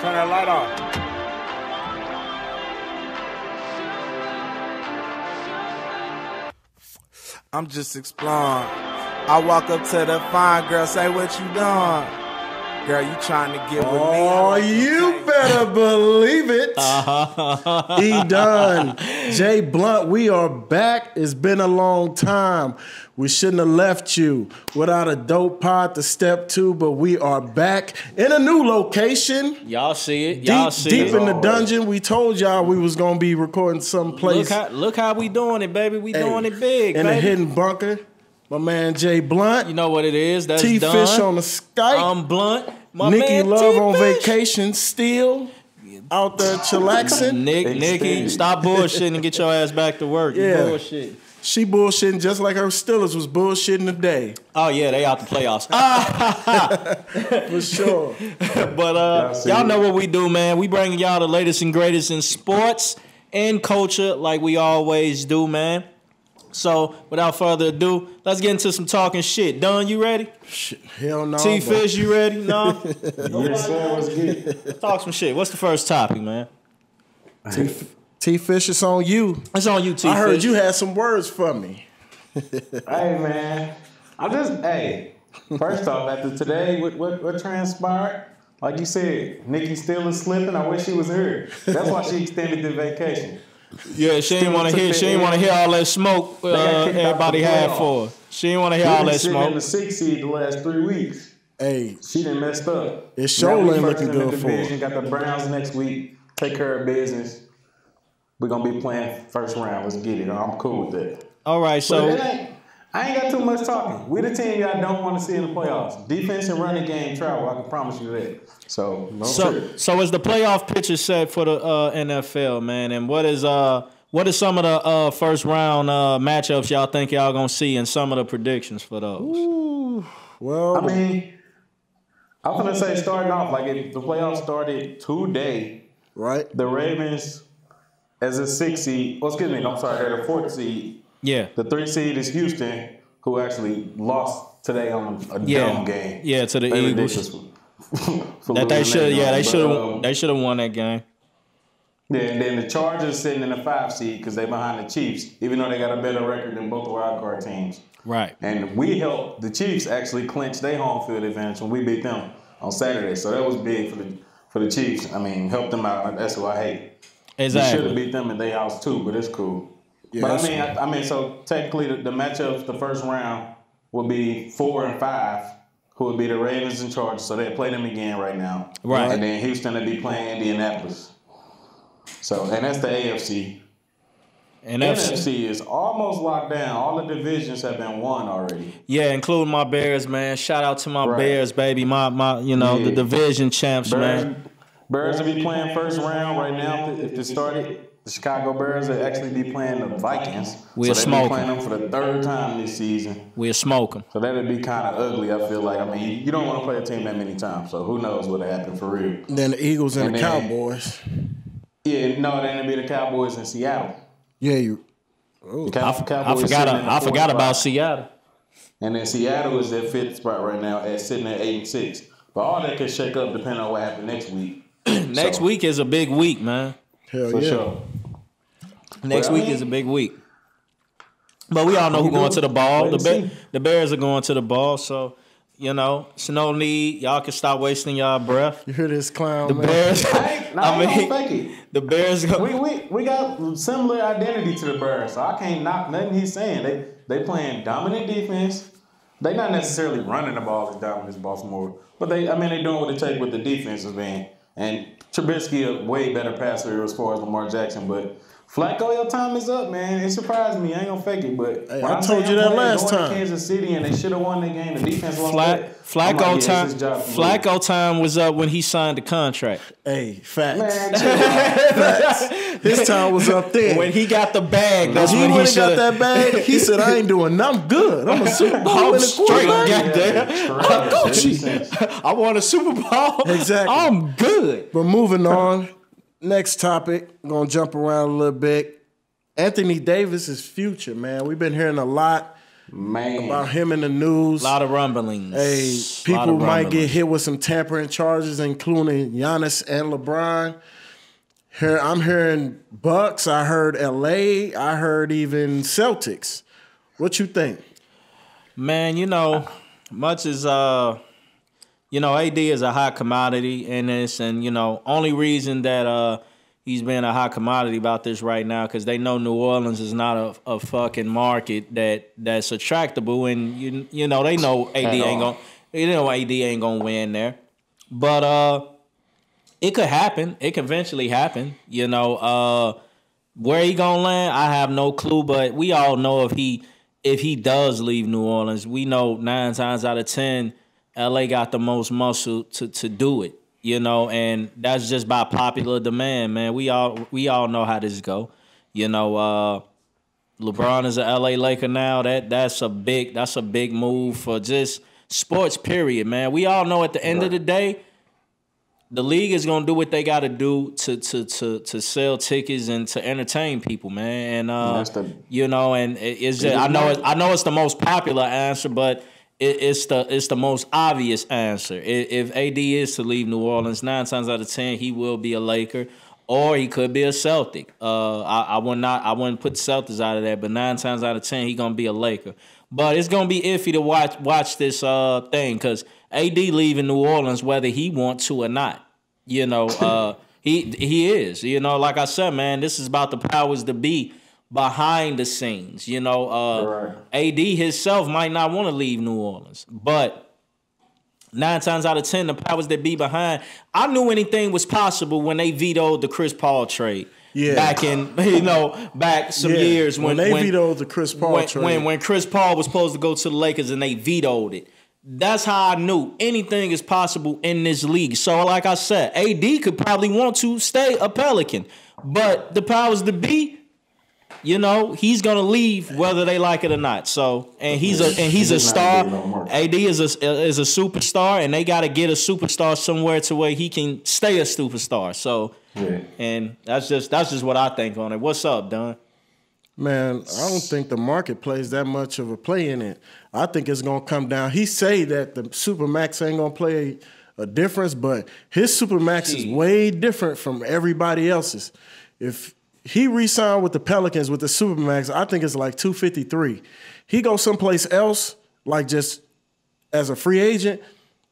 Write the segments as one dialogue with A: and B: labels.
A: Turn that light off. I'm just exploring. I walk up to the fine girl, say what you doing? Girl, you trying to get with me?
B: Oh, you better believe it. e Dunn, Jay Blunt, we are back. It's been a long time. We shouldn't have left you without a dope pod to step to, but we are back in a new location.
C: Y'all see it. Y'all
B: Deep,
C: see
B: deep
C: it.
B: in the dungeon. We told y'all we was gonna be recording
C: look
B: someplace
C: how look how we doing it, baby. We
B: hey,
C: doing it big,
B: in
C: baby.
B: a hidden bunker. My man Jay Blunt,
C: you know what it is? That's
B: T
C: done.
B: Fish on the Skype.
C: I'm blunt. My
B: Nikki
C: man,
B: Love on
C: T-Fish.
B: vacation still out there chillaxing.
C: Nick,
D: Big
C: Nikki,
D: stage.
C: stop bullshitting and get your ass back to work. You
B: Yeah.
C: bullshit.
B: She bullshitting just like her Steelers was bullshitting today.
C: Oh yeah, they out the playoffs.
B: For sure.
C: But uh,
D: Y'all
C: y'all,
D: see it.
C: know what we do, man. We bringing y'all the latest and greatest in sports and culture, like we always do, man. So without further ado, let's get into some talking shit. Done? You ready?
B: Shit, hell no.
C: T Fish, you ready? No.
D: Yes, sir. What's good?
C: Talk some shit. What's the first topic, man?
B: T Fish, it's on you.
C: It's on you, T Fish.
B: I heard you had some words for me.
D: hey, man. I'm just, hey, first off, after today, what, what, what transpired? Like you said, Nikki still is slipping. I wish she was here. That's why she extended the vacation.
C: Yeah, she ain't want to hear. She ain't want to hear all that smoke uh,
D: got kicked out
C: everybody
D: the
C: had
D: playoffs.
C: for. her. She ain't want to hear all
D: We've been
C: that
D: sitting in the
C: smoke.
D: six seed the last three weeks.
B: Hey,
D: She done messed up.
B: It sure
D: Now we
B: ain't
D: first
B: looking
D: in the
B: good for her.
D: division, Got the Browns next week. Take care of business. We're gonna be playing first round. Let's get it. I'm cool with that.
C: All right,
D: But
C: so
D: it ain't- I ain't got too much talking. We're the team y'all don't want to see in the playoffs. Defense and running game travel. I can promise you that. So no
C: so
D: trip.
C: so is the playoff picture set for the uh, NFL, man? And what is uh what are some of the uh, first round uh, matchups y'all think y'all gonna see, and some of the predictions for those?
B: well,
D: I mean, I'm gonna say starting off like if the playoffs started today,
B: right?
D: the Ravens as a six seed. Oh, excuse me. I'm sorry. They're the fourth seed.
C: Yeah,
D: The three seed is Houston, who actually lost today on a
C: yeah,
D: dumb game.
C: yeah. To the
D: They
C: Eagles,
D: ridiculous for- for
C: that they
D: losing
C: should. Yeah,
D: game,
C: they
D: but,
C: should
D: um,
C: have. They should have won that game.
D: Yeah, and then the Chargers sitting in the five seed because they're behind the Chiefs, even though they got a better record than both wild card teams.
C: Right.
D: And we helped the Chiefs actually clinch their home field advantage when we beat them on Saturday. So that was big for the for the Chiefs. I mean, help them out. That's who I hate. We should have
C: Exactly.
D: beat them in their house too, but it's cool.
B: Yeah,
D: but I
B: that's-
D: mean, I, I mean, so technically the, the matchups, the first round will be four and five, who would be the Ravens and Chargers. So they play them again right now.
C: Right.
D: And then Houston will be playing Indianapolis. So and that's the AFC.
C: And that's
D: NFC is almost locked down. All the divisions have been won already.
C: Yeah, including my Bears, man. Shout out to my
D: Right.
C: Bears, baby. My my, you know, the
D: Yeah.
C: division champs,
D: Bears,
C: man.
D: Bears will be playing first round right now. If, if it started, the Chicago Bears will actually be playing the Vikings.
C: We're
D: so they
C: smoking.
D: be playing them for the third time this season.
C: We'll smoke 'em.
D: So that'd be kind of ugly. I feel like. I mean, you don't want to play a team that many times. So who knows what'll happen for real?
B: Then the Eagles and,
D: And
B: the
D: then-
B: Cowboys.
D: Yeah, no, then it'd be the Cowboys in Seattle.
B: Yeah, you.
D: The Cow-
C: I forgot.
D: Cowboys
C: uh,
D: sitting at the
C: I forgot
D: 45.
C: about Seattle.
D: And then Seattle is at fifth spot right now, at sitting at eight and six. But all that could shake up depending on what happens next week.
C: Next
D: So,
C: week is a big week, man. Oh,
B: Hell
D: for
B: yeah.
D: sure.
C: Next
D: Well, I
C: week is a
D: mean-
C: big week. But we all know who
D: You know,
C: going to the ball.
D: wait
C: The
D: and
C: Be-
D: see.
C: the Bears are going to the ball, so you know, it's no need. Y'all can stop wasting y'all breath.
B: You hear this clown,
C: The
B: man?
C: Bears.
D: I ain't, no,
C: I
D: I ain't
C: mean,
D: gonna fake it.
C: the Bears. Go-
D: We, we, we got similar identity to the Bears, so I can't knock nothing he's saying. They they playing dominant defense. They not necessarily running the ball as dominant as Baltimore, but they I mean they doing what it take with the defense is being. And Trubisky a way better passer as far as Lamar Jackson, but Flacco, your time is up, man. It surprised me. I ain't gonna fake it, but
B: Hey,
D: when
B: I
D: I'm
B: told
D: saying
B: you that
D: playing
B: last
D: going
B: time.
D: To Kansas City and they should have won the game. The defense lost.
C: Flack,
D: that. I'm
C: Flacco
D: like, yeah, it's
C: time.
D: his job to lose.
C: Flacco time was up when he signed the contract.
B: Hey, facts.
D: Man, chill out.
B: His time was up there.
C: When he got the bag, that's
B: he
C: when he
B: would've
C: should
B: got
C: have.
B: that bag. He said, "I ain't doing. nothing. I'm good. I'm a Super Bowl and
C: I'm
B: a
C: straight,
B: quarterback."
C: yeah. Goddamn.
D: Yeah,
C: Gucci.
D: sense.
C: I won a Super Bowl.
B: Exactly.
C: I'm good.
B: But moving on, next topic, gonna jump around a little bit. Anthony Davis is future, man. We've been hearing a lot
D: Man.
B: about him in the news.
C: A lot of rumblings.
B: Hey,
C: A lot
B: people
C: of
B: might get
C: rumblings.
B: hit with some tampering charges, including Giannis and LeBron. Here, I'm hearing Bucks. I heard LA. I heard even Celtics. What you think?
C: Man, you know, much as uh, you know, AD is a hot commodity in this, and you know, only reason that uh he's being a hot commodity about this right now because they know New Orleans is not a, a fucking market that that's attractable, and you you know they know AD ain't
D: all.
C: gonna you know AD ain't gonna win there, but uh, it could happen. It could eventually happen. You know, uh, where he gonna land, I have no clue. But we all know if he if he does leave New Orleans, we know nine times out of ten, LA got the most muscle to to do it. You know, and that's just by popular demand, man. We all we all know how this go. You know, uh, LeBron is a LA Laker now. That that's a big that's a big move for just sports. Period, man. We all know at the end of the day the league is gonna do what they gotta do to to to to sell tickets and to entertain people, man. And uh,
D: That's the-
C: you know, and it, it's just, I know it, I know it's the most popular answer, but it, it's the it's the most obvious answer. I- If, if AD is to leave New Orleans, nine times out of ten, he will be a Laker. Or he could be a Celtic. Uh, I, I would not. I wouldn't put Celtics out of that. But nine times out of ten, he gonna be a Laker. But it's gonna be iffy to watch watch this uh thing because AD leaving New Orleans whether he want to or not. You know, uh, he he is. You know, like I said, man, this is about the powers to be behind the scenes. You know, uh,
D: Right.
C: AD himself might not want to leave New Orleans, but nine times out of ten, the powers that be behind, I knew anything was possible when they vetoed the Chris Paul trade.
B: Yeah.
C: back in you know back some
B: Yeah,
C: years when
B: they
C: when-
B: vetoed the Chris Paul
C: when,
B: trade.
C: When, when Chris Paul was supposed to go to the Lakers and they vetoed it. That's how I knew anything is possible in this league. So, like I said, AD could probably want to stay a Pelican, but the powers to be, you know, he's gonna leave whether they like it or not. So, and he's a and he's a
D: He's not
C: star.
D: getting no more.
C: AD is a is a superstar, and they got to get a superstar somewhere to where he can stay a superstar. So,
D: Yeah.
C: and that's just that's just what I think on it. What's up, Don?
B: Man, I don't think the market plays that much of a play in it. I think it's gonna come down. He say that the Supermax ain't gonna play a difference, but his Supermax is
C: Gee.
B: way different from everybody else's. If he re-signed with the Pelicans with the Supermax, I think it's like 253. He goes someplace else, like just as a free agent,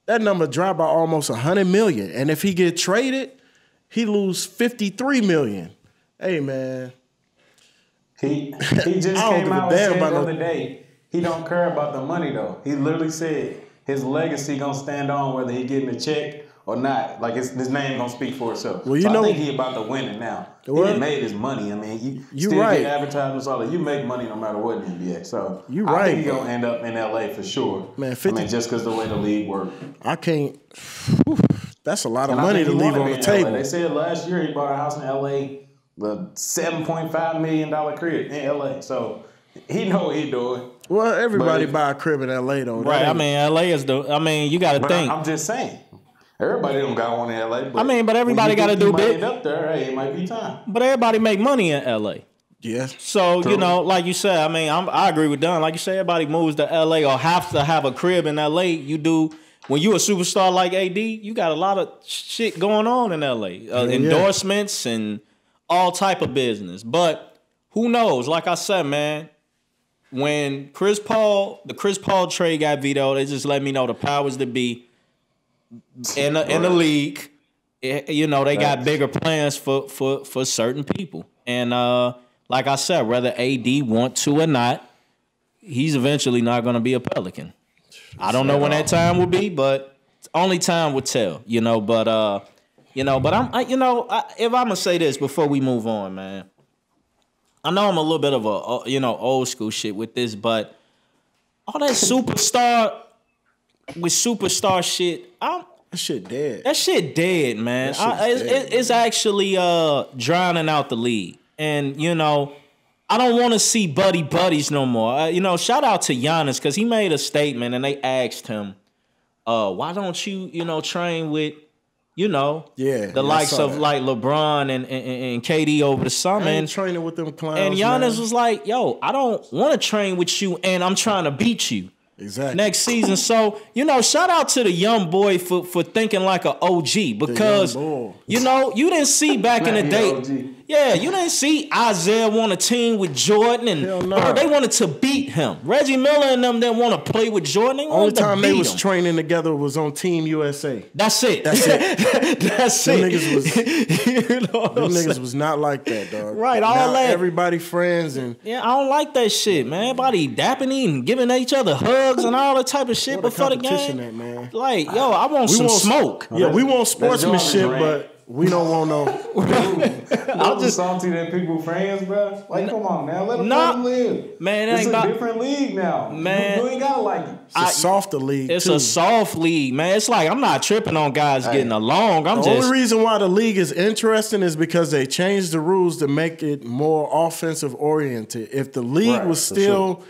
B: that number dropped by almost 100 million. And if he get traded, he lose 53 million. Hey man.
D: He he just
B: I don't give a
D: came out
B: damn
D: and said the
B: about no-
D: other day he don't care about the money though. He literally said his legacy gonna stand on whether he getting a check or not. Like his, his name gonna speak for itself.
B: Well, you
D: So
B: know-
D: I think he about to win it now.
B: Well-
D: he done made his money. I mean, you,
B: You
D: still
B: right.
D: get advertisements all that. You make money no matter what in the NBA. So
B: You
D: I
B: right,
D: think he
B: bro.
D: gonna end up in LA for sure.
B: Man,
D: I
B: 50
D: mean, just because the way the league works.
B: I can't. whew, that's a lot of
D: And I
B: money
D: think
B: to
D: he
B: leave
D: wanna
B: on
D: be
B: the
D: in
B: table.
D: LA. They said last year he bought a house in LA, the seven point five million dollar crib in LA. So he know what he doing.
B: well, everybody
D: But-
B: buy a crib in L.A. though. That
C: Right. I
B: ain't-
C: mean, LA is the. I mean, you got to
D: But
C: think.
D: I'm just saying, everybody don't got one in LA. But
C: I mean, but
D: when
C: everybody
D: you
C: gotta
D: think you
C: do
D: might
C: bit-
D: end up there. Hey, it might be time.
C: but everybody make money in LA.
B: yeah.
C: So you
D: True.
C: know, like you said, I mean, I'm, I agree with Don. Like you said, everybody moves to LA or have to have a crib in LA. You do when you a superstar like AD, you got a lot of shit going on in LA, uh, endorsements and all type of business. But who knows? Like I said, man, when Chris Paul, the Chris Paul trade got vetoed, they just let me know the powers to be in the, in the league. eh, You know, they got
D: Facts.
C: bigger plans for for for certain people, and uh, like I said, whether AD want to or not, he's eventually not going to be a Pelican. I don't know when that time will be, but only time will tell. You know, but uh, you know, but I'm I, you know, I, if I'm gonna say this before we move on, man. I know I'm a little bit of a uh, you know old school shit with this, but all that superstar with superstar shit, I'm
B: That shit dead.
C: that shit dead, man.
B: That shit's
C: I, it's,
B: dead,
C: it- it's actually uh drowning out the league, and you know. I don't want to see buddy buddies no more. Uh, you know, shout out to Giannis because he made a statement and they asked him, uh, "Why don't you, you know, train with you know,
B: Yeah, yeah, I
C: the likes
B: saw
C: of
B: that.
C: like LeBron and, and, and KD over the summer.
B: I ain't
C: And,
B: training with them clowns.
C: and Giannis
B: man.
C: was like, yo, I don't want to train with you and I'm trying to beat you
B: exactly
C: next season. So, you know, shout out to the young boy for, for thinking like an OG because,
B: boy.
C: you know, you didn't see back in the
D: Not
C: day.
D: the OG.
C: Yeah, you didn't see Isaiah want a team with Jordan and
B: Hell no.
C: bro, they wanted to beat him. Reggie Miller and them didn't want to play with Jordan. They
B: Only
C: wanted to
B: time they
C: beat
B: was
C: him.
B: training together was on Team USA.
C: That's it. That's it. That's
B: Them
C: it.
B: niggas
C: you know what
B: Them
C: I'm saying?
B: niggas was not like that, dog.
C: Right, all
B: Now
C: that.
B: Everybody friends and
C: Yeah, I don't like that shit, man. Everybody dapping and giving each other hugs and all that type of shit
B: Where the
C: before the
B: competition
C: game.
B: at, man?
C: Like, yo, I want some smoke.
B: Yeah, we want
D: That's Jordan
B: sportsmanship,
D: Brand.
B: but we don't want no.
D: I'm just salty that people friends, bro. Like, come on now, let them
C: Nah.
D: fucking live.
C: Man, it
D: it's
C: ain't
D: a
C: about-
D: different league now. You-
C: Man.
D: you, ain't gotta like it.
B: It's a softer league.
C: It's
B: too.
C: a soft league, man. It's like I'm not tripping on guys getting along. I'm
B: The
C: just
B: only reason why the league is interesting is because they changed the rules to make it more offensive oriented. If the league
D: Right,
B: was
D: for
B: still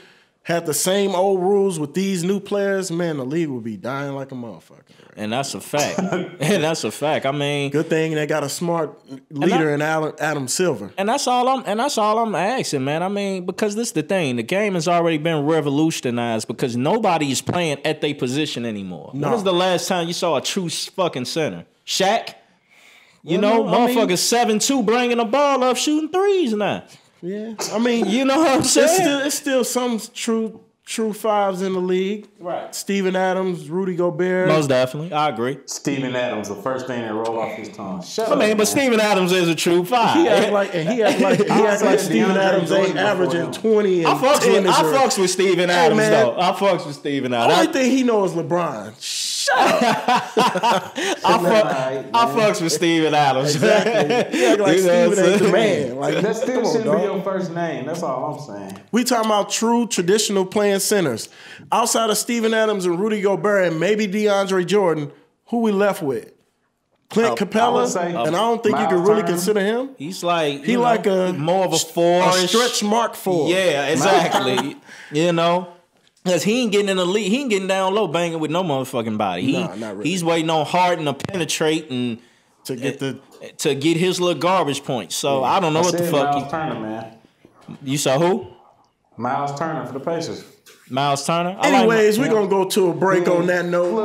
B: had the same old rules with these new players, man, the league would be dying like a motherfucker.
C: and that's a fact. and that's a fact. I mean,
B: Good thing they got a smart leader in Alan, Adam Silver.
C: and that's all I'm and that's all I'm asking, man. I mean, because this is the thing. The game has already been revolutionized because nobody is playing at their position anymore.
B: No.
C: When was the last time you saw a true s- fucking center? Shaq? You
B: Well,
C: know,
B: no, I mean-
C: motherfuckers seven two bringing the ball up, shooting threes now.
B: Yeah, I mean,
C: You know what I'm
B: There's
C: saying?
B: still, there's still some true true fives in the league.
D: Right.
B: Steven Adams, Rudy Gobert.
C: Most definitely, I agree.
D: Steven Adams, the first thing that roll off his tongue. Shut
C: I
D: up.
C: mean,
D: man.
C: but Steven Adams is a true five.
B: he act like and he act like he act like
D: said
B: Steven
D: DeAndre
B: Adams ain't
D: Jordan
B: averaging
D: before him.
B: twenty and
C: I fucks
B: 10
C: with, I
B: is a-
C: fucks with Steven Adams
B: man.
C: though. I fucks with Steven
B: Only
C: Adams.
B: thing he knows is LeBron. Shut up.
C: I, I, fuck,
D: Right,
C: I
D: man.
C: fucks with Steven Adams.
B: Exactly. He act like
C: You know what
B: Steven ain't the
C: I'm saying?
B: man. Like,
D: That still
B: come on,
D: shouldn't be
B: dog.
D: your first name. That's all I'm saying.
B: We talking about true traditional playing centers. Outside of Steven Adams and Rudy Gobert and maybe DeAndre Jordan, who we left with? Clint
C: Um,
D: I
B: Capella,
D: would say-
B: and I don't think you
D: Miles
B: can really
D: Turner.
B: consider him.
C: He's like
B: He
C: you
B: like
C: know,
B: a
C: more of a four
B: a stretch mark for.
C: Oh, Yeah, exactly. you know, because he ain't getting in the league. He ain't getting down low banging with no motherfucking body. He,
B: Nah, not really.
C: He's waiting on Harden to penetrate and
B: to get the
C: to get his little garbage point. So I don't know what the
D: Said
C: fuck
D: Miles Turner, man.
C: you, you saw who
D: Miles Turner for the Pacers.
C: Miles Turner. I like
B: Anyways, we're gonna go to a break on that note.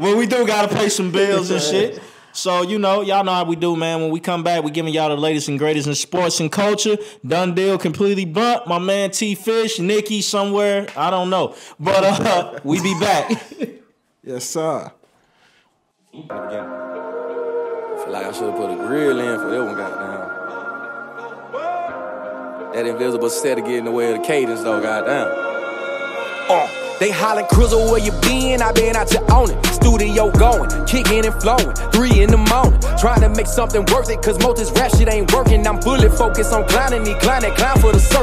C: Well, we do gotta pay some bills and shit. So you know, y'all know how we do, man. When we come back, we giving y'all the latest and greatest in sports and culture. Done deal, completely blunt. My man T Fish, Nikki, somewhere I don't know, but uh, we be back.
B: Yes, sir.
E: Feel like I should have put a grill in for that one, goddamn. That invisible set to get in the way of the cadence, though, goddamn. Uh, they hollin', Crizzle, where you been? I been out to own it. Studio going, kicking and flowing. Three in the morning, trying to make something worth it. Cause most this rap shit ain't working. I'm fully focused on climbing, me climbing, climb for the circle.